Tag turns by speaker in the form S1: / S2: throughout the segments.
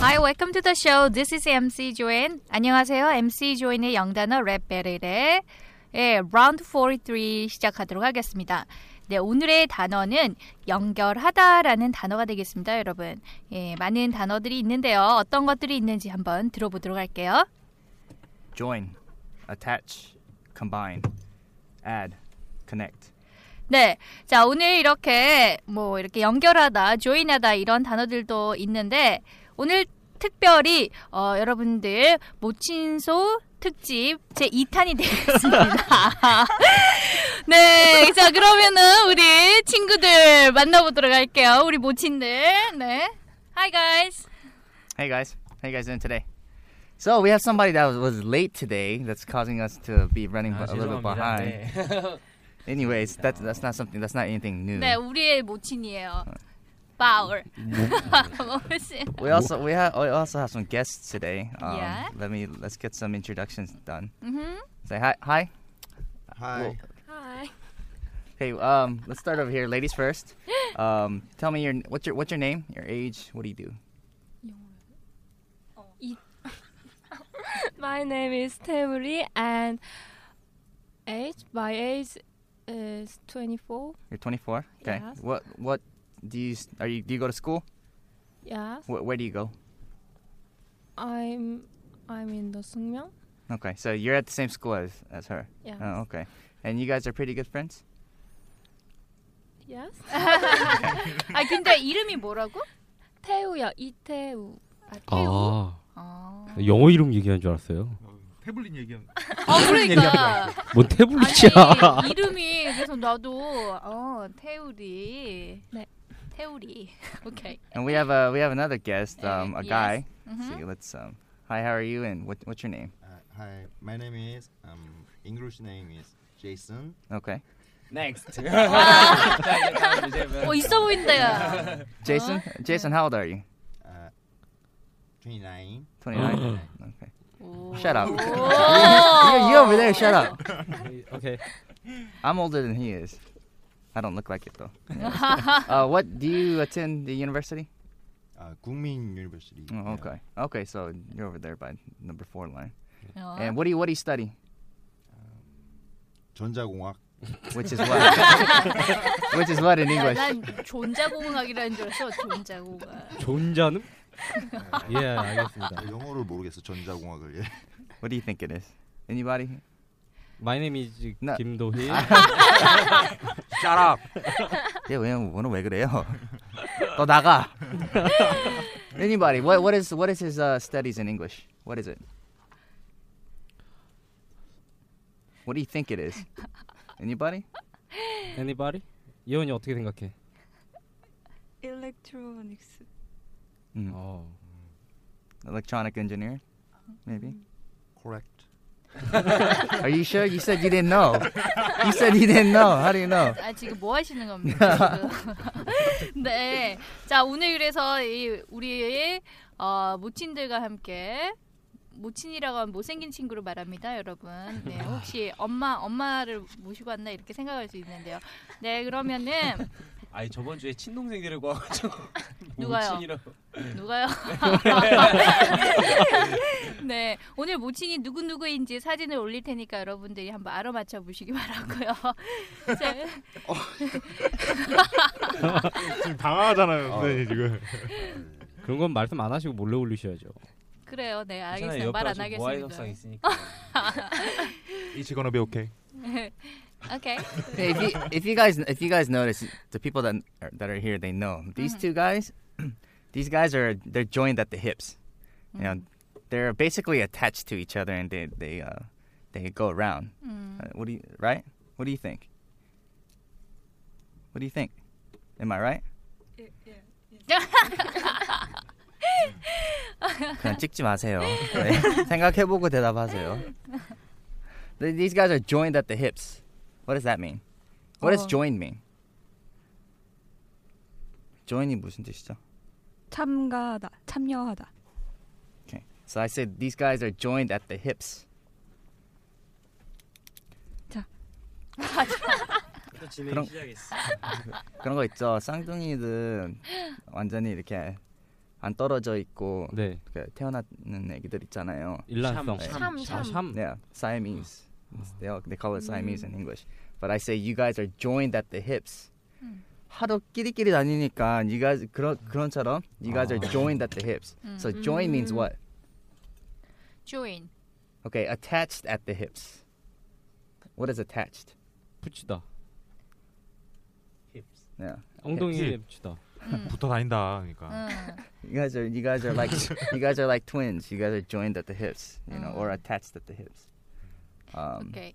S1: Hi, welcome to the show. This is MC Joanne. 안녕하세요. MC Joanne의 영단어 랩 배틀의 예, 라운드 43 시작하도록 하겠습니다. 네, 오늘의 단어는 연결하다라는 단어가 되겠습니다, 여러분. 예, 많은 단어들이 있는데요. 어떤 것들이 있는지 한번 들어보도록 할게요.
S2: join, attach, combine, add, connect.
S1: 네. 자, 오늘 이렇게 뭐 이렇게 연결하다, 조인하다 이런 단어들도 있는데 오늘 특별히 어, 여러분들 모친소 특집 제 2탄이 되겠습니다. 네. 자, 그러면은 우리 친구들 만나보도록 할게요. 우리 모친들. 네. Hi guys.
S2: Hey guys, how you guys doing today? So we have somebody that was, was late today that's causing us to be running a little bit behind. Anyways, that's that's not something that's not anything new.
S1: 네, 우리의 모친이에요. 뭐, 바울. 모친.
S2: We also we have we also have some guests today. Um,
S1: Yeah.
S2: Let me let's get some introductions done.
S1: 음.
S2: Say hi hi.
S3: Hi.
S2: Well,
S1: Hi.
S2: hey, um, let's start over here, ladies first. Um, tell me your what's your what's your name, your age, what do you do?
S4: My name is Temuri and age my age is 24.
S2: You're 24. Okay.
S4: Yes.
S2: What what do you s- are you do you go to school?
S4: Yes,
S2: Where, where do you go?
S4: I'm I'm in the Sungmyeong.
S2: Okay, so you're at the same school as as her.
S4: Yes.
S2: Oh, okay. And you guys are pretty good friends.
S4: Yes.
S1: 아, 근데 이름이 뭐라고?
S4: 태우야 이태우.
S1: 아, 태우.
S5: 아
S1: 아.
S5: 영어 이름 얘기한 줄 알았어요.
S3: 태블릿 얘기하면
S1: 어, 그러니까.
S5: 뭔뭐 태블릿이야?
S1: 아니, 이름이 그래서 나도 어, 태우리.
S4: 네.
S1: 태우리. 오케이.
S2: And we have a we have another guest,
S1: Uh,
S2: um, a
S1: yes.
S2: guy.
S4: Mm-hmm.
S1: Mhm.
S2: So let's um, hi, how are you? And what what's your name?
S3: uh, Hi, my name is um English name is Jason.
S2: Okay,
S6: Next.
S1: 어, 있어 보인다.
S2: Jason. Jason, how old are you?
S3: Uh, 29.
S2: Twenty
S6: Uh-huh.
S2: nine. okay.
S1: 오.
S2: Shut up.
S1: 오.
S2: you, you over there, shut up.
S5: 아. 오케이.
S2: I'm older than he is. I don't look like it though. Anyways. uh, what do you attend the university?
S3: Uh, Gungmin University.
S2: Oh,
S3: yeah.
S2: okay. Okay, so you're over there by number four line.
S1: 어.
S2: And what do you what do you study?
S3: 전자공학.
S2: Which is what? Which is what in
S1: 야,
S2: English?
S1: 난 존자공학이라는 줄 알았어. 존자공학.
S5: 존자는? 예, 알겠습니다.
S3: 아, 영어를 모르겠어. 전자공학을. 예.
S2: What do you think it is? Anybody?
S5: My name is
S2: 나-
S5: 김도희.
S2: Shut up. 예, 왜 오늘 왜 그래요? 너 나가. Anybody? What what is what is his uh, studies in English? What is it? What do you think it is? Anybody?
S5: Anybody? 예원이 어떻게 생각해?
S4: Electronics.
S2: 음,
S5: 어.
S2: Mm. electronic engineer? Maybe.
S3: Correct.
S2: Are you sure? You said you didn't know. You said you didn't know. How do you know?
S1: 아 지금 뭐 하시는 겁니까? 지금? 네. 자 오늘 그래서 이 우리의 어, 모친들과 함께 모친이라고 하면 못생긴 친구를 말합니다, 여러분. 네, 혹시 엄마 엄마를 모시고 왔나 이렇게 생각할 수 있는데요. 네, 그러면은
S6: 아니 저번 주에 친동생들을 구하가지고
S1: 누가요?
S6: 우친이라고.
S1: 누가요? 네, 오늘 모친이 누구 누구인지 사진을 올릴 테니까 여러분들이 한번 알아맞혀 보시기 바라고요. 자,
S7: 아, 네,
S3: 어,
S5: 그런 건 말씀 안 하시고 몰래 올리셔야죠.
S1: 그래요. 네,
S6: 괜찮아요.
S1: 알겠습니다.
S6: 옆에
S1: 말 안
S6: 아직 모아의
S1: 하겠습니다.
S6: 협상 있으니까.
S7: Is it gonna be okay?
S1: 오케이.
S2: Hey, if, you, if you guys if you guys notice the people that are, that are here they know these
S1: Mhm.
S2: two guys these guys are they're joined at the hips you know they're basically attached to each other and they they uh they go around
S1: 음.
S2: Uh, what do you right what do you think what do you think am I right 그냥 찍지 마세요 네. 생각해보고 대답하세요 Th- these guys are joined at the hips what does that mean what does
S1: 어.
S2: join mean join이 무슨 뜻이죠
S4: 참가하다, 참여하다.
S2: Okay. So I said these guys are joined at the hips.
S4: 자.
S6: 또 진행
S2: 그럼-
S6: 시작했어.
S2: 그런 거 있죠. 쌍둥이들 완전히 이렇게 안 떨어져 있고
S5: 네.
S2: 그 태어나는 애기들 있잖아요.
S5: 일란성.
S6: 참,
S5: 아,
S1: 참, 참.
S5: 참.
S2: Yeah, Siamese. They all, they call it Siamese in English. But I say you guys are joined at the hips. 하루 끼리끼리 다니니까 you guys 그런 그런처럼 you guys are joined at the hips. So join means what?
S1: join.
S2: Okay, attached at the hips. What is attached?
S5: 붙이다.
S6: 힙스.
S2: Yeah.
S5: 엉덩이에 붙이다.
S7: 붙어 다닌다 그러니까.
S1: 음.
S2: You guys are you guys are like you guys are like twins. You guys are joined at the hips, you know, or attached at the hips.
S6: 음.
S2: Um,
S1: 오케이.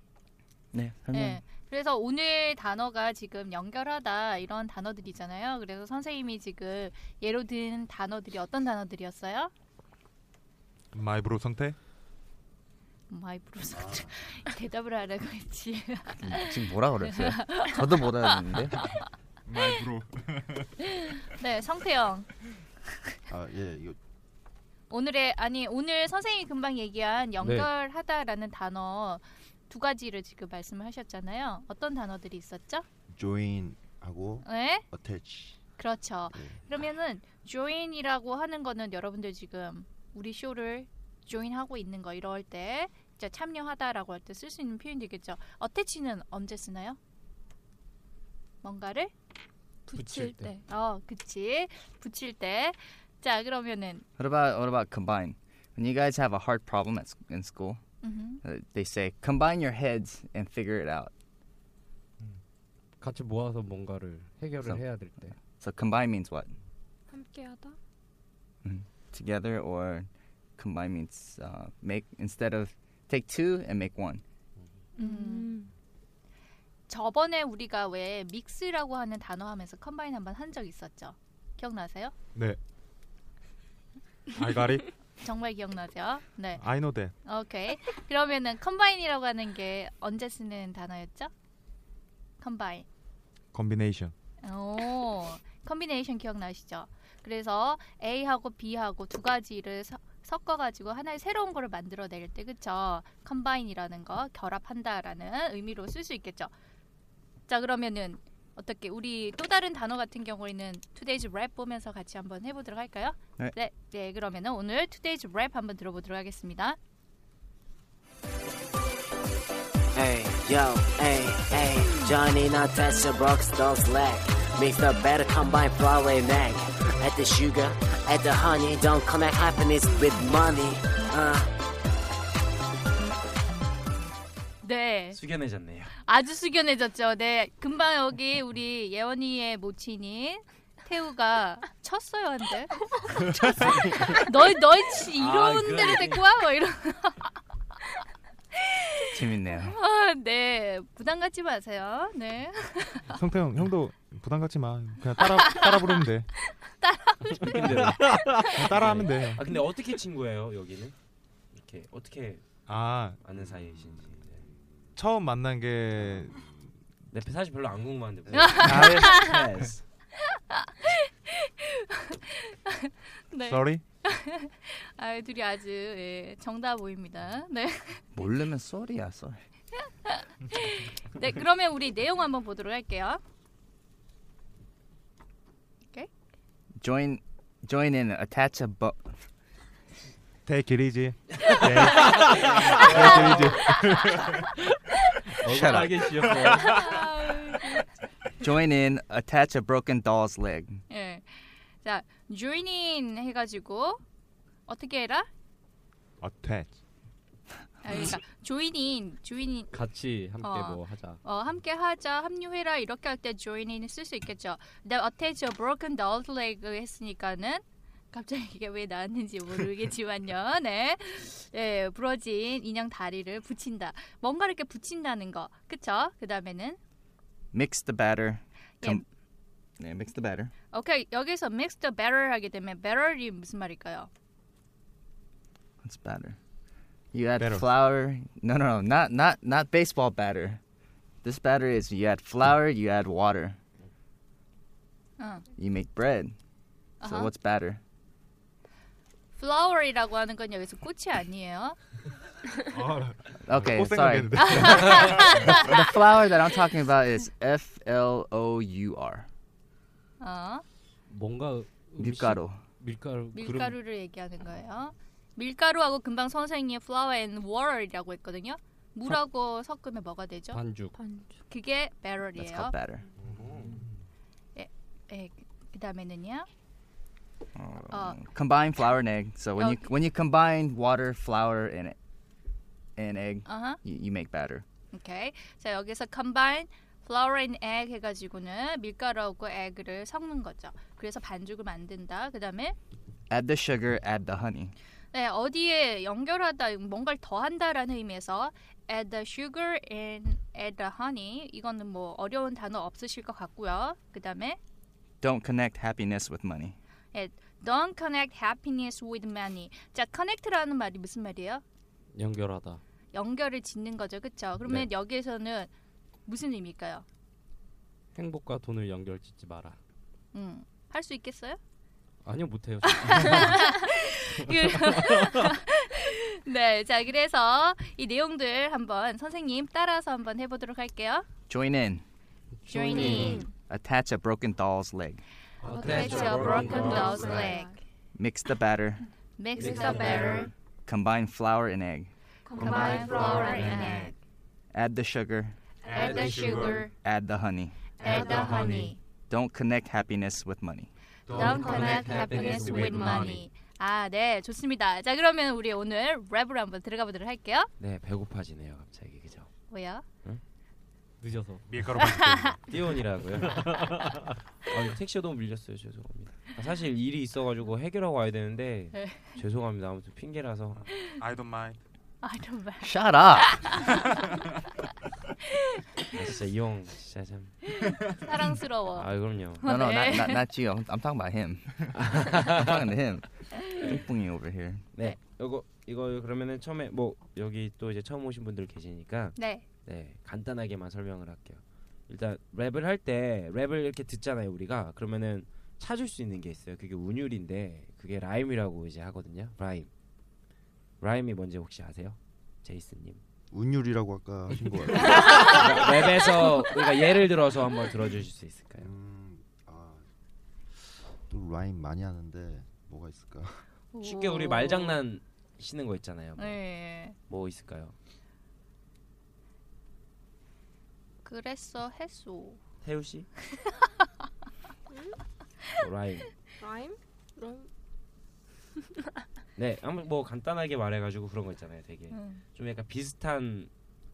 S2: 네,
S1: 네. 그래서 오늘 단어가 지금 연결하다 이런 단어들이잖아요. 그래서 선생님이 지금 예로 든 단어들이 어떤 단어들이었어요?
S7: 마이 브로 상태?
S1: 마이 브로스 음,
S6: 아.
S1: 대답을 하라고 했지.
S2: 음, 지금 뭐라 그랬어요? 저도 못 알았는데.
S3: My bro.
S1: 네, 성태영.
S3: 아, 예, 이거
S1: 오늘의 아니 오늘 선생님이 금방 얘기한 연결하다라는 단어 두 가지를 지금 말씀을 하셨잖아요. 어떤 단어들이 있었죠?
S3: join하고
S1: 네,
S3: attach.
S1: 그렇죠.
S3: 네.
S1: 그러면은 join이라고 하는 거는 여러분들 지금 우리 쇼를 join하고 있는 거 이럴 때 진짜 참여하다라고 할 때 쓸 수 있는 표현이겠죠. 어태치는 언제 쓰나요? 뭔가를
S4: 붙일 때.
S1: 어, 그치. 붙일 때. 자, 그러면은
S2: What about what about combine? When you guys have a hard problem at, s- in school,
S1: 음,
S2: uh, they say combine your heads and figure it out.
S5: 같이 모아서 뭔가를 해결을 해야 될 때.
S2: So combine means what?
S4: 함께하다.
S2: Together or combine means uh, make instead of take two and make one.
S1: 음. 저번에 우리가 왜 믹스라고 하는 단어 하면서 컴바인 한번 한 적 있었죠. 기억나세요?
S7: 네. I got it.
S1: 정말 기억나세요? 네.
S7: I know that.
S1: 오케이. 그러면은 컴바인이라고 하는 게 언제 쓰는 단어였죠? 컴바인.
S7: Combination.
S1: 오. 컴비네이션 기억나시죠? 그래서 A하고 B하고 두 가지를 서- 섞어가지고 하나의 새로운 거를 만들어낼 때 그쵸? 컴바인이라는 거 결합한다라는 의미로 쓸 수 있겠죠. 자 그러면은 어떻게 우리 또 다른 단어 같은 경우에는 Today's Rap 보면서 같이 한번 해보도록 할까요?
S2: 네.
S1: 네, 네, 그러면은 오늘 Today's Rap 한번 들어보도록 하겠습니다.
S8: Hey, yo, hey, hey, Johnny, not touch the rocks, don't slack. Mix the better combine flour and egg. Add the sugar, add the honey, don't connect happiness with money. Uh.
S1: 네,
S6: 숙연해졌네요.
S1: 아주 숙연해졌죠. 네, 금방 여기 우리 예원이의 모친인 태우가 쳤어요 한데. 너희 너희 지-
S6: 아,
S1: 이런
S6: 그런
S1: 데를
S6: 얘기.
S1: 데리고 와뭐 이런.
S2: 재밌네요.
S1: 아, 네, 부담 갖지 마세요. 네,
S7: 성태 형 형도 부담 갖지 마. 그냥 따라 따라 부르면 돼.
S5: 근데
S7: 그냥 따라
S5: 네.
S7: 하면 돼.
S6: 아 근데 어떻게 친구예요 여기는? 이렇게 어떻게
S7: 아
S6: 아는 사이이신지. 네.
S7: 처음 만난 게
S5: 네,
S6: 내 사실 별로 안 궁금한데.
S1: 아,
S6: 패스.
S1: 네.
S7: sorry.
S1: 아, 둘이 아주 예, 정다 보입니다. 네,
S2: 모르면 쏘리야, 쏘리.
S1: 네, 그러면 우리 내용 한번 보도록 할게요.
S2: Join join in attach a bu-
S7: Take it easy. Take it easy.
S2: Shut
S5: 아,
S2: up.
S6: 억울하게 지었어.
S1: 아유.
S2: Join in, attach a broken doll's leg.
S1: 예. 자, join in 해가지고 어떻게 해라?
S7: attach.
S1: 아, 그러니까 join in, join in.
S5: 같이 함께
S1: 어.
S5: 뭐 하자.
S1: 어, 함께 하자, 합류해라 이렇게 할 때 join in 쓸 수 있겠죠. Now attach a broken dog leg 했으니까는 갑자기 이게 왜 나왔는지 모르겠지만요. 네, 예, 부러진 인형 다리를 붙인다. 뭔가 이렇게 붙인다는 거, 그쵸? 그 다음에는
S2: Mix the batter.
S1: 예.
S2: Com- 네, mix the batter.
S1: 오케이 여기서 mix the batter 하게 되면 batter이 무슨 말일까요?
S2: What's batter? You add
S7: Batter.
S2: flour. No, no, no. Not not not baseball batter. This batter is you add flour, you add water.
S1: 응.
S2: You make bread.
S1: Oh. Uh-huh.
S2: So what's batter?
S1: flower이라고 하는 건 여기서 꽃이 아니에요.
S2: Okay,
S7: 꽃
S2: sorry.
S7: 생각했는데.
S2: the flour that I'm talking about is F L O U R.
S1: 어,
S5: 뭔가 음식-
S2: 밀가루.
S5: 밀가루.
S1: 밀가루를 얘기하는 거예요. 밀가루하고 금방 선생님이 flour and water이라고 했거든요. 물하고 섞으면 뭐가 되죠?
S5: 그런
S6: 아,
S5: 반죽.
S4: 반주.
S1: 그게
S2: That's
S1: batter이에요.
S2: called batter.
S1: 예, 그다음에는요. 어,
S2: Uh, combine flour and egg. So when you
S1: Okay.
S2: when you combine water, flour, and e-, and egg,
S1: 아하.
S2: you, you make batter.
S1: 오케이. 자 여기서 combine flour and egg 해가지고는 밀가루하고 에그를 섞는 거죠. 그래서 반죽을 만든다. 그다음에
S2: Add the sugar, add the honey.
S1: 네, 어디에 연결하다, 뭔가를 더한다라는 의미에서 add the sugar and add the honey. 이거는 뭐 어려운 단어 없으실 것 같고요. 그 다음에
S2: Don't connect happiness with money.
S1: don't connect happiness with money. 자, connect라는 말이 무슨 말이에요?
S5: 연결하다.
S1: 연결을 짓는 거죠, 그렇죠? 그러면 여기에서는 무슨 의미일까요?
S5: 행복과 돈을 연결짓지 마라.
S1: 음, 할 수 있겠어요?
S5: 아니요 못해요.
S1: 그- 네, 자 그래서 이 내용들 한번 선생님 따라서 한번 해보도록 할게요.
S2: Join in.
S1: Joining.
S2: Attach a broken doll's leg.
S1: Attach a broken dog's leg.
S2: Mix the batter.
S1: Mix the batter.
S2: Combine flour and egg.
S1: Combine flour and egg.
S2: Add the sugar.
S1: Add the sugar.
S2: Add the honey.
S1: Add the honey.
S2: Don't connect happiness with money.
S1: Don't connect happiness with money. 아, 네, 좋습니다. 자, 그러면 우리 오늘 랩을 한번 들어가 보도록 할게요.
S6: 네 배고파지네요 갑자기 그죠?
S1: 뭐야?
S5: 늦어서.
S6: 밀가루 띠온이라고요. 아, 택시가 너무 밀렸어요 죄송합니다. 아, 사실 일이 있어가지고 해결하고 와야 되는데
S1: 네.
S6: 죄송합니다 아무튼 핑계라서
S9: I don't mind.
S1: 아, 정말.
S2: Shut up.
S6: 아, 진짜 이 형 진짜 참.
S1: 사랑스러워.
S6: 아 그럼요.
S2: No, no,
S1: 네.
S2: not, not, not you. I'm, I'm talking about him. I'm talking to him. Pungpungy over here.
S6: 네. 이거 이거 그러면은 처음에 뭐 여기 또 이제 처음 오신 분들 계시니까
S1: 네,
S6: 네 간단하게만 설명을 할게요. 일단 랩을 할 때 랩을 이렇게 듣잖아요 우리가 그러면은 찾을 수 있는 게 있어요. 그게 운율인데 그게 라임이라고 이제 하거든요. 라임. 라임이 뭔지 혹시 아세요, 제이슨님?
S3: 운율이라고 아까 하신 거 같아요.
S6: 그러니까 랩에서 우리가 예를 들어서 한번 들어주실 수 있을까요?
S3: 음, 아, 또 라임 많이 하는데 뭐가 있을까?
S6: 쉽게 우리 말장난 치는 거 있잖아요. 뭐,
S1: 네,
S6: 뭐 있을까요?
S1: 그랬어 했소.
S6: 태우 씨? 뭐 라임.
S4: 라임? 라임?
S6: 네, 아무 뭐 간단하게 말해가지고 그런 거 있잖아요. 되게
S1: 음.
S6: 좀 약간 비슷한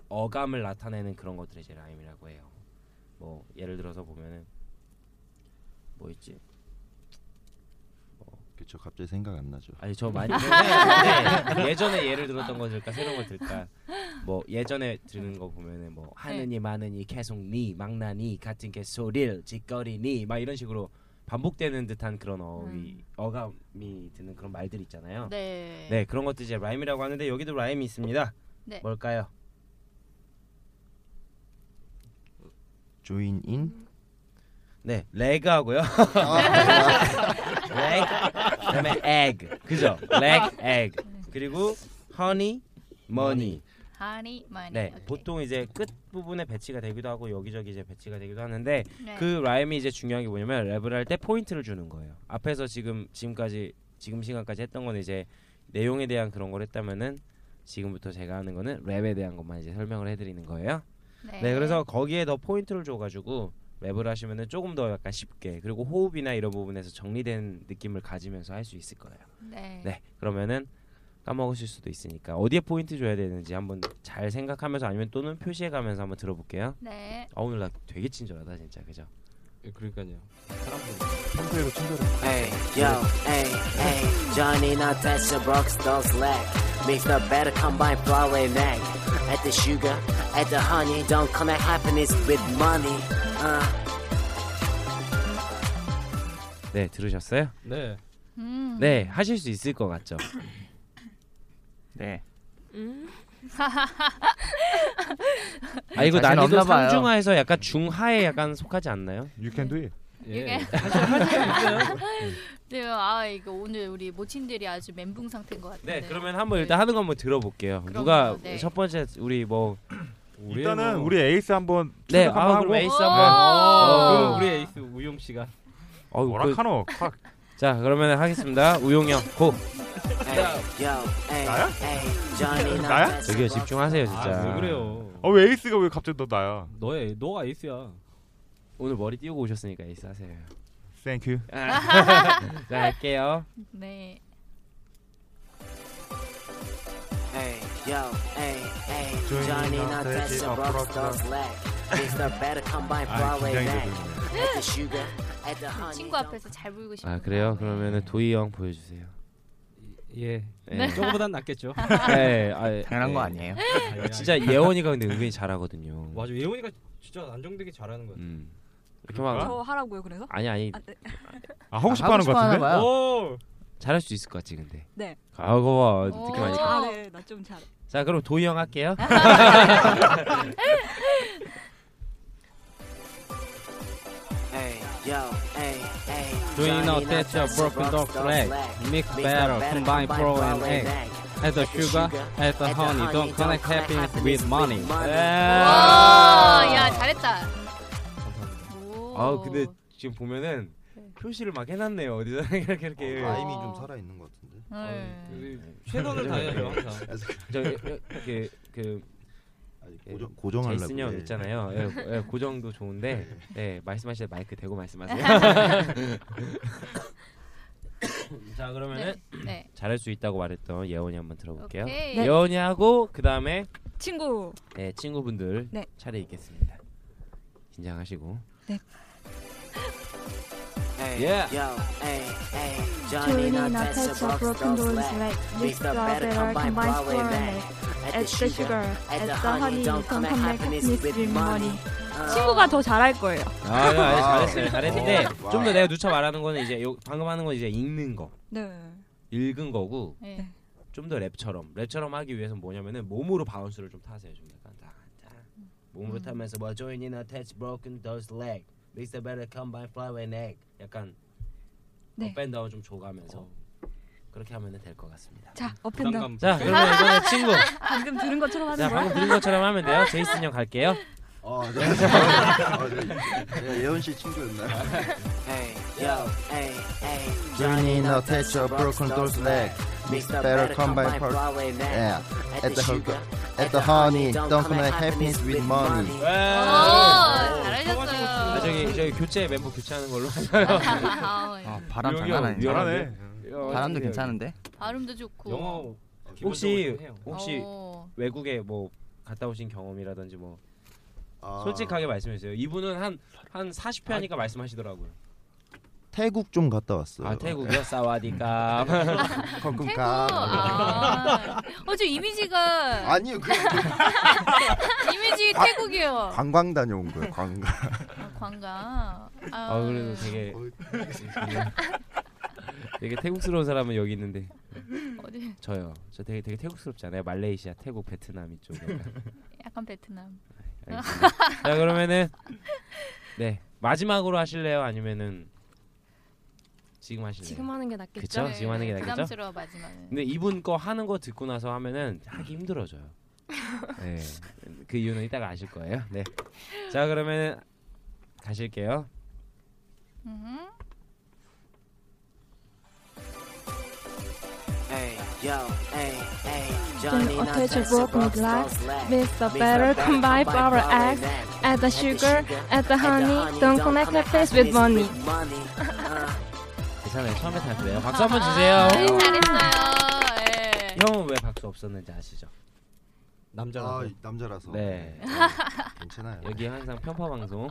S6: 어감을 나타내는 그런 것들이 이제 라임이라고 해요. 뭐 예를 들어서 보면은 뭐 있지?
S3: 그쵸 갑자기 생각 안 나죠.
S6: 아니 저 많이 네, 예전에 예를 들었던 거 들까 새로운 거 들까? 뭐 예전에 들은 거 보면은 뭐 하느니 마느니 계속 니 망나니 같은 게 소릴 짓거리니 막 이런 식으로 반복되는 듯한 그런 어휘, 어감이 드는 그런 말들 있잖아요.
S1: 네.
S6: 네 그런 것도 이제 라임이라고 하는데 여기도 라임이 있습니다.
S1: 네.
S6: 뭘까요?
S3: Join in.
S6: 네 레그하고요.
S1: 아.
S6: 레그 그다음에 egg 그죠? 레그 egg 그리고 honey money.
S1: 하니 많이.
S6: 네
S1: 오케이.
S6: 보통 이제 끝 부분에 배치가 되기도 하고 여기저기 이제 배치가 되기도 하는데
S1: 네.
S6: 그 라임이 이제 중요한 게 뭐냐면 랩을 할 때 포인트를 주는 거예요. 앞에서 지금 지금까지 지금 시간까지 했던 건 이제 내용에 대한 그런 걸 했다면은 지금부터 제가 하는
S1: 네.
S6: 네, 거는 랩에 대한 것만 이제 설명을 해드리는 거예요. 네, 그래서 거기에 더 포인트를 줘가지고 랩을 하시면은 조금 더 약간 쉽게 그리고 호흡이나 이런 부분에서 정리된 느낌을 가지면서 할 수 있을 거예요.
S1: 네.
S6: 그러면은 까먹으실 수도 있으니까 어디에 포인트 줘야 되는지 한번 잘 생각하면서 아니면 또는 표시해 가면서 한번 들어볼게요.
S1: 네.
S6: 아 오늘 나 되게 친절하다 진짜 그죠?
S5: 그러니까요.
S7: 평소에도 친절해.
S8: Hey, yo, hey, hey, Johnny, not that's your box, don't slack. Mix the better combine Broadway mag. At the sugar, at the honey, don't connect happiness with money. Uh.
S6: 네 들으셨어요?
S5: 네.
S1: 음.
S6: 네 하실 수 있을 것 같죠?
S2: 네.
S6: 아 이거
S2: 자신
S6: 난이도
S2: 없나 봐요.
S6: 상중하에서 약간 중하에 약간 속하지 않나요?
S7: You can do it.
S1: 이게
S6: 예. 네. 하실 하실 수 있어요.
S1: 네, 아 이거 오늘 우리 모친들이 아주 멘붕 상태인 것 같은데.
S6: 네, 그러면 한번 일단 하는 거 한번 들어볼게요.
S1: 그럼요,
S6: 누가
S1: 네.
S6: 첫 번째 우리 뭐 우리
S7: 일단은
S6: 뭐-
S7: 우리 에이스 한번
S6: 네,
S7: 출석 한번
S6: 아
S7: 하고.
S6: 그럼 에이스
S5: 어,
S1: 그
S6: 한번.
S5: 우리 에이스 우용 씨가
S6: 어우, 그
S7: 오락하노. 콱.
S6: 자, 그러면 하겠습니다. 우용 형, 고.
S8: Hey, yo, hey,
S7: 나야?
S8: hey, Johnny,
S7: 나야?
S8: not that's
S6: 여기요
S8: your box.
S6: 집중하세요 진짜.
S5: 아왜 그래요?
S7: 아, 왜 에이스가 왜 갑자기 너 나야?
S5: 너의 너가 에이스야.
S6: 오늘 머리 띄우고 오셨으니까 에이스 하세요.
S7: 땡큐.
S6: 자, 갈게요.
S1: 네.
S8: Hey, yo, hey, hey,
S7: Johnny,
S8: Johnny,
S7: not
S8: not
S7: that's
S8: that's
S7: your
S8: your
S7: box,
S8: box, don't
S7: don't
S8: slack. Mix the better combine
S7: 아,
S8: Broadway
S7: 긴장이
S8: mag.
S7: 되고
S3: 그
S7: 있네.
S8: At the sugar, at the honey,
S1: 그 친구
S8: don't
S1: 앞에서 잘 부르고 싶어요.
S6: 아 그래요? 그러면은 도희 형 보여주세요.
S5: 예.
S6: 네.
S5: 저보단 낫겠죠.
S6: 네, 아,
S2: 당연한
S6: 네.
S2: 거 아니에요?
S5: 아니,
S6: 진짜 예원이가 근데 은근히 잘하거든요.
S5: 맞아 예원이가 진짜 안정되게 잘하는 거야.
S6: 음. 이렇게 막
S10: 저 하라고요 그래서?
S6: 아니 아니
S10: 아, 네.
S7: 아, 하고 싶어 하는 거
S2: 하나
S7: 같은데?
S2: 봐요.
S5: 오.
S6: 잘할 수 있을 것 같지 근데.
S10: 네.
S6: 아 그거 봐
S1: 오.
S6: 느낌 많이. 가-
S10: 잘해 아, 네, 나좀 잘해
S6: 자 그럼 도희 형 할게요.
S8: Hey, yo, hey, hey.
S5: Doing
S8: Johnny,
S5: not that's your
S8: that's your
S5: broken
S8: box,
S5: dog
S8: don't
S5: leg.
S8: slack.
S5: Mix
S8: Mix the
S5: batter,
S8: batter,
S5: combine pro and
S8: flour
S5: egg.
S8: egg.
S5: Add the sugar, add the honey, don't connect happiness with money.
S1: 와, 아, 야 잘했다.
S5: 감사합니다.
S1: 오.
S6: 아 근데 지금 보면은 표시를 막 해놨네요 어디서 이렇게 이렇게.
S1: 어.
S3: 라임이 좀 살아 있는 것 같은데.
S1: 네.
S6: 어,
S5: 우리 최선을 다해야죠 항상.
S6: 저 이렇게 그
S3: 아직 고정 고정하려고.
S6: 예, 제이슨 형
S3: 예.
S6: 있잖아요. 예, 예, 고정도 좋은데 예, 말씀하실 때 마이크 대고 말씀하세요. 자 그러면은
S1: 네.
S6: 잘할 수 있다고 말했던 예원이 한번 들어볼게요.
S1: 오케이.
S10: 네.
S6: 예원이 하고 그 다음에
S10: 친구
S6: 네, 친구분들
S10: 네.
S6: 차례 있겠습니다. 긴장하시고
S1: 네.
S3: 네.
S8: Hey,
S6: Yeah.
S8: yo, hey, hey. Johnny, not that's your box, don't slack. Mix the batter, combine flour and egg. Add the sugar, add the honey, don't connect happiness with money.
S4: 친구가 더 잘할 거예요.
S6: 아, 아,
S3: 와우.
S6: 잘했어요 잘했는데
S3: 와우.
S6: 좀 더 내가 누차 말하는 거는 이제 요, 방금 하는 건 이제 읽는 거
S10: 네
S6: 읽은 거고
S1: 네.
S6: 좀 더 랩처럼 랩처럼 하기 위해서 뭐냐면은 몸으로 바운스를 좀 타세요 좀 약간 다, 다.
S1: 음.
S6: 몸으로 타면서 뭐 joining a touch broken those leg makes the better combine flower and egg 약간
S10: 네.
S6: 업앤다운 좀 줘가면서 그렇게 하면 될 것 같습니다
S10: 자, 업앤다운.
S5: 부담감.
S6: 자 그러면 이번에 친구
S10: 방금 들은 것처럼 하는
S6: 자
S10: 거야?
S6: 방금 들은 것처럼 하면 돼요 제이슨 형 갈게요
S3: 어, 네. 어, 네. 내가 예원 씨
S6: 네.
S3: 친구였나요?
S8: Hey, yo, hey, hey. Johnny, now that's your broken those leg. Mix the batter, combine flour and
S3: 예.
S8: egg. Add the sugar, add the honey, don't connect happiness with money.
S1: 오,
S6: 네.
S1: 아,
S6: 아,
S1: 잘하셨어요.
S6: 저기 저기 교체 멤버 교체하는 걸로
S1: 아,
S2: 아, 바람
S6: 여기
S2: 장난 아니네.
S7: 잘하네.
S6: 어,
S2: 바람도 괜찮은데?
S1: 발음도 좋고.
S5: 영어
S6: 혹시
S5: 기본적으로 해요.
S6: 혹시
S1: 어.
S6: 외국에 뭐 갔다 오신 경험이라든지 뭐
S3: 아,
S6: 솔직하게 말씀해 주세요. 이분은 한 한 40회
S5: 아.
S6: 하니까 말씀하시더라고요.
S3: 태국 좀 갔다 왔어요.
S6: 아 태국이요?
S2: 네.
S6: 사와디캅.
S3: 컴컴
S1: 태국.
S6: 그러니까.
S3: 가.
S1: 아. 어저 이미지가
S3: 아니요, 그
S1: 이미지
S6: 아.
S1: 태국이에요.
S3: 관광 다녀온 거예요. 관광.
S1: 아, 관광.
S6: 아 그래도 되게
S3: 어,
S6: 되게 태국스러운 사람은 여기 있는데
S1: 어디?
S6: 저요. 저 되게 되게 태국스럽지 않아요? 말레이시아, 태국, 베트남 이쪽. 약간.
S1: 약간 베트남.
S6: 알겠습니다. 자 그러면은 네 마지막으로 하실래요? 아니면은 지금 하실래요?
S4: 지금 하는 게 낫겠죠?
S6: 그쵸? 지금 하는 게 낫겠죠?
S1: 네, 부담스러워 마지막에.
S6: 근데 이분 거 하는 거 듣고 나서 하면은 하기 힘들어져요. 네. 그 이유는 이따가 아실 거예요. 네. 자 그러면 가실게요.
S1: 음.
S8: Hey, yo, hey, hey.
S4: Johnny,
S8: Johnny,
S4: attach
S8: not
S4: your
S8: that's your
S4: broken
S8: box,
S4: glass.
S8: don't slack.
S4: Mix the
S8: Mix
S4: batter,
S8: the batter,
S4: combine
S8: combine
S4: flour,
S8: flour
S4: egg.
S8: and egg.
S4: at the sugar, at the honey. Don't connect happiness with money.
S6: 괜찮아요. 처음에 다 그래요. 박수 한번 주세요.
S1: 네. 잘했어요. 예.
S6: 형은 왜 박수 없었는지 아시죠? 남자라서.
S3: 아, 남자라서.
S6: 네. 예.
S3: 괜찮아요.
S6: 여기 항상 편파 방송.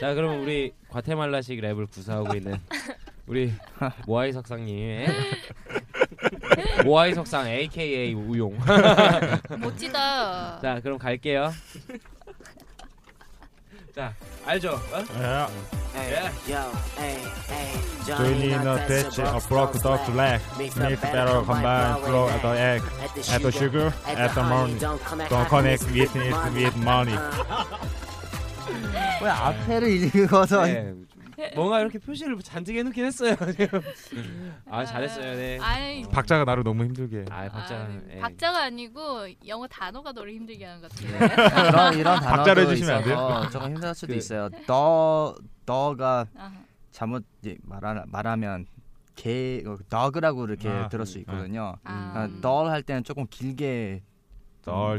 S6: 자, 그럼 우리 과테말라식 랩을 구사하고 있는 우리 모아이 석상님. 모아이 석상 AKA 우용.
S1: 예. 멋지다.
S6: 자, 그럼 갈게요. 자, 알죠? 어? 네.
S7: Yeah.
S6: Yeah.
S7: 조인이나 대체 a broke dog leg Smith better combine flow at the egg At the sugar, at the money Don't connect with it with money Uh.
S2: 왜 앞에를 읽어서
S6: 네. 뭔가 이렇게 표시를 잔뜩 해놓긴 했어요. 지금. 아, 잘했어요. 네.
S1: 아이,
S7: 박자가 나를 너무 힘들게
S6: 아, 박자. 예.
S1: 박자가 아니고 영어 단어가 너를 힘들게 하는 것
S6: 네.
S1: 같아요.
S2: 이런 이런
S7: 박자를
S2: 단어도
S7: 해주시면 안 돼요?
S2: 있어서 조금 힘들 수도
S6: 그-
S2: 있어요. 더 더가
S1: 아하.
S2: 잘못 예, 말하, 말하면 개 어, dog라고 이렇게
S7: 아,
S2: 들을 수 있거든요.
S1: 아.
S2: 덜할 때는 조금 길게 네,
S7: 덜.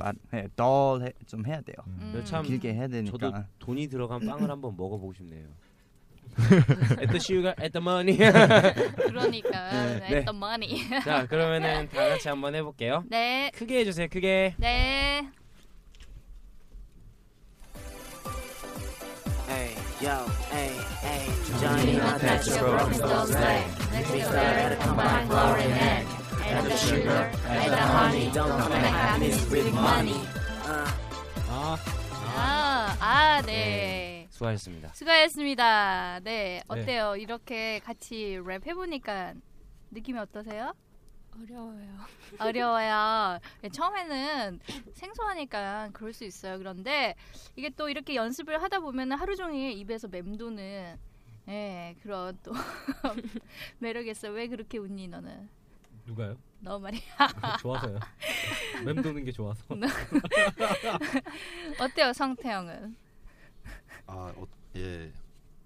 S2: 덜좀 해야 돼요.
S1: 음.
S6: 참
S2: 길게 해야 되니까.
S6: 저도 돈이 들어간 빵을 한번 먹어보고 싶네요. at the sugar, at the money.
S1: 그러니까
S6: 네.
S1: at the money.
S6: 자, 그러면은 다 같이 한번 해볼게요.
S1: 네.
S6: 크게 해주세요. 크게.
S1: 네.
S8: Hey, yo, hey, hey, Johnny, not that your broken dog's leg. Mix the better combine flour and egg. Add the sugar, add the honey. Don't come and happiness with money. Uh.
S6: 아,
S1: 아, 아, 네.
S6: 수고하셨습니다.
S1: 수고하셨습니다. 네, 어때요? 이렇게 같이 랩 해보니까 느낌이 어떠세요?
S4: 어려워요.
S1: 어려워요. 예, 처음에는 생소하니까 그럴 수 있어요. 그런데 이게 또 이렇게 연습을 하다 보면 하루 종일 입에서 맴도는 예, 그런 또 매력 있어. 왜 그렇게 웃니 너는?
S5: 누가요?
S1: 너 말이야.
S5: 좋아서요. 맴도는 게 좋아서.
S1: 어때요, 성태형은?
S3: 아, 어, 예.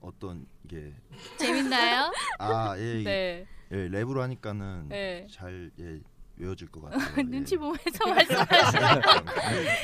S3: 어떤 이게
S1: 재밌나요?
S3: 아, 예. 이게
S1: 네.
S3: 예, 랩으로 하니까는
S1: 네.
S3: 잘 예, 외워질 것 같아요.
S1: 눈치
S3: 예.
S1: 보면서 말씀하시나요?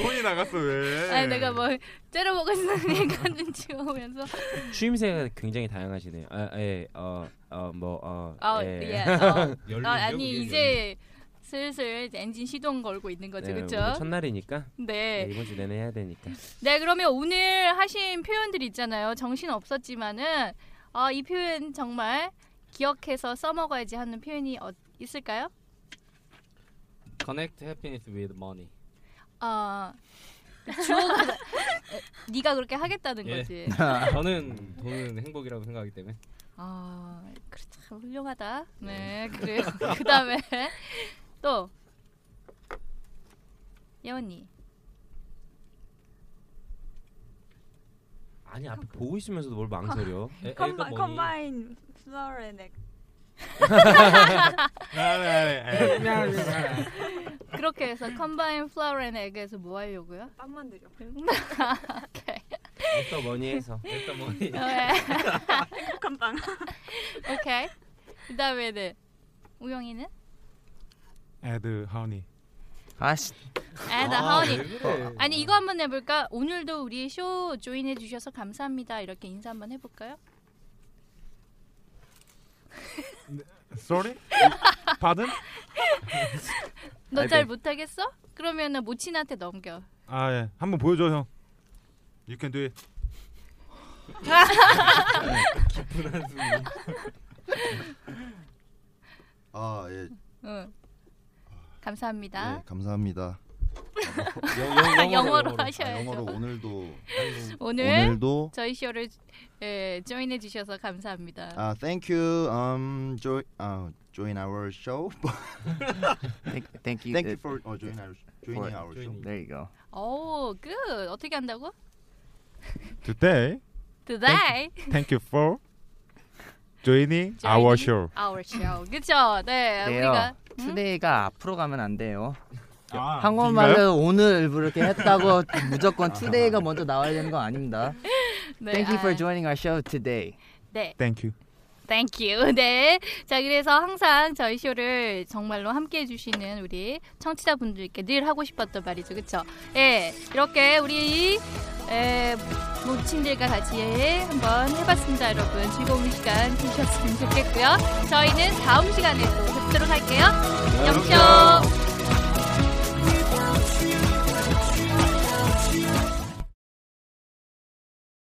S7: 손이 나갔어 왜?
S1: 아니 내가 뭐 째려보겠으니까 눈치 보면서
S6: 추임새가 굉장히 다양하시네요. 아, 예, 어, 어, 뭐, 어,
S1: 아, 예.
S6: 예.
S1: 어.
S5: 열린
S1: 아, 아니 이제 슬슬 이제 엔진 시동 걸고 있는 거죠,
S6: 네,
S1: 그쵸
S6: 오늘 첫날이니까 네,
S1: 네.
S6: 이번 주 내내 해야 되니까.
S1: 네, 그러면 오늘 하신 표현들 있잖아요. 정신 없었지만은 아, 이 표현 정말 기억해서 써먹어야지 하는 표현이 어, 있을까요?
S5: Connect happiness with money.
S1: 어, 주어가 에, 네가 그렇게 하겠다는
S5: 예.
S1: 거지.
S6: 아.
S5: 저는 돈은 행복이라고 생각하기 때문에.
S1: 아, 그래 참 훌륭하다. 네, 그래요. 그다음에 또 예원이.
S6: 아니 앞에 보고 있으면서도 뭘 망설여?
S5: 에- 에이더
S9: Combi-
S5: money.
S9: combine flour and egg.
S5: 아, 네,
S1: 그렇게 해서 컴바인 플라워 앤 에그에서 뭐 하려고요?
S9: 빵 만들려.
S6: 또 뭐니 해서.
S5: 네. 일단 money.
S1: 네.
S9: 행복한 빵.
S1: 오케이. 그다음에는 네. 우영이는
S7: Add honey
S2: 아씨
S1: 에드 허니.
S5: 왜 그래?
S1: 아니 이거 한번 해볼까? 오늘도 우리 쇼 조인해 주셔서 감사합니다. 이렇게 인사 한번 해볼까요?
S7: Sorry? Pardon?
S1: 너
S2: 아이고.
S1: 잘 못하겠어? 그러면은 모친한테 넘겨.
S7: 아 예. 한번 보여줘 형 You can do it
S3: 아, 예.
S1: 응. 감사합니다. 아,
S3: 예, 감사합니다.
S1: 영어로, 영어로 하셔야죠.
S3: 영어로 오늘도
S1: 오늘,
S3: 오늘도
S1: 저희 쇼를 예, 조인해 주셔서 감사합니다.
S3: 아, thank you. Um join uh, join our show.
S2: thank, thank you. uh,
S3: thank you for oh, join our joining
S2: For-
S3: our show.
S2: There you go.
S1: 오, good. 어떻게 한다고?
S7: Today
S1: Today
S7: Thank you for joining
S1: joining
S7: our show
S1: Our show. 그쵸? 네,
S2: 돼요.
S1: 우리가
S2: 투데이가 앞으로 가면 안 돼요.
S7: 아,
S2: 한국말로 오늘 일부 이렇게 했다고 무조건 투데이가 먼저 나와야 되는 거 아닙니다.
S1: 네,
S2: Thank you
S1: 아,
S2: for joining our show today.
S1: 네,
S7: Thank you
S1: Thank you. 네. 자, 그래서 항상 저희 쇼를 정말로 함께 해주시는 우리 청취자분들께 늘 하고 싶었던 말이죠. 그쵸? 예. 이렇게 우리, 에, 모친들과 같이 한번 해봤습니다. 여러분. 즐거운 시간 되셨으면 좋겠고요. 저희는 다음 시간에 또 뵙도록 할게요.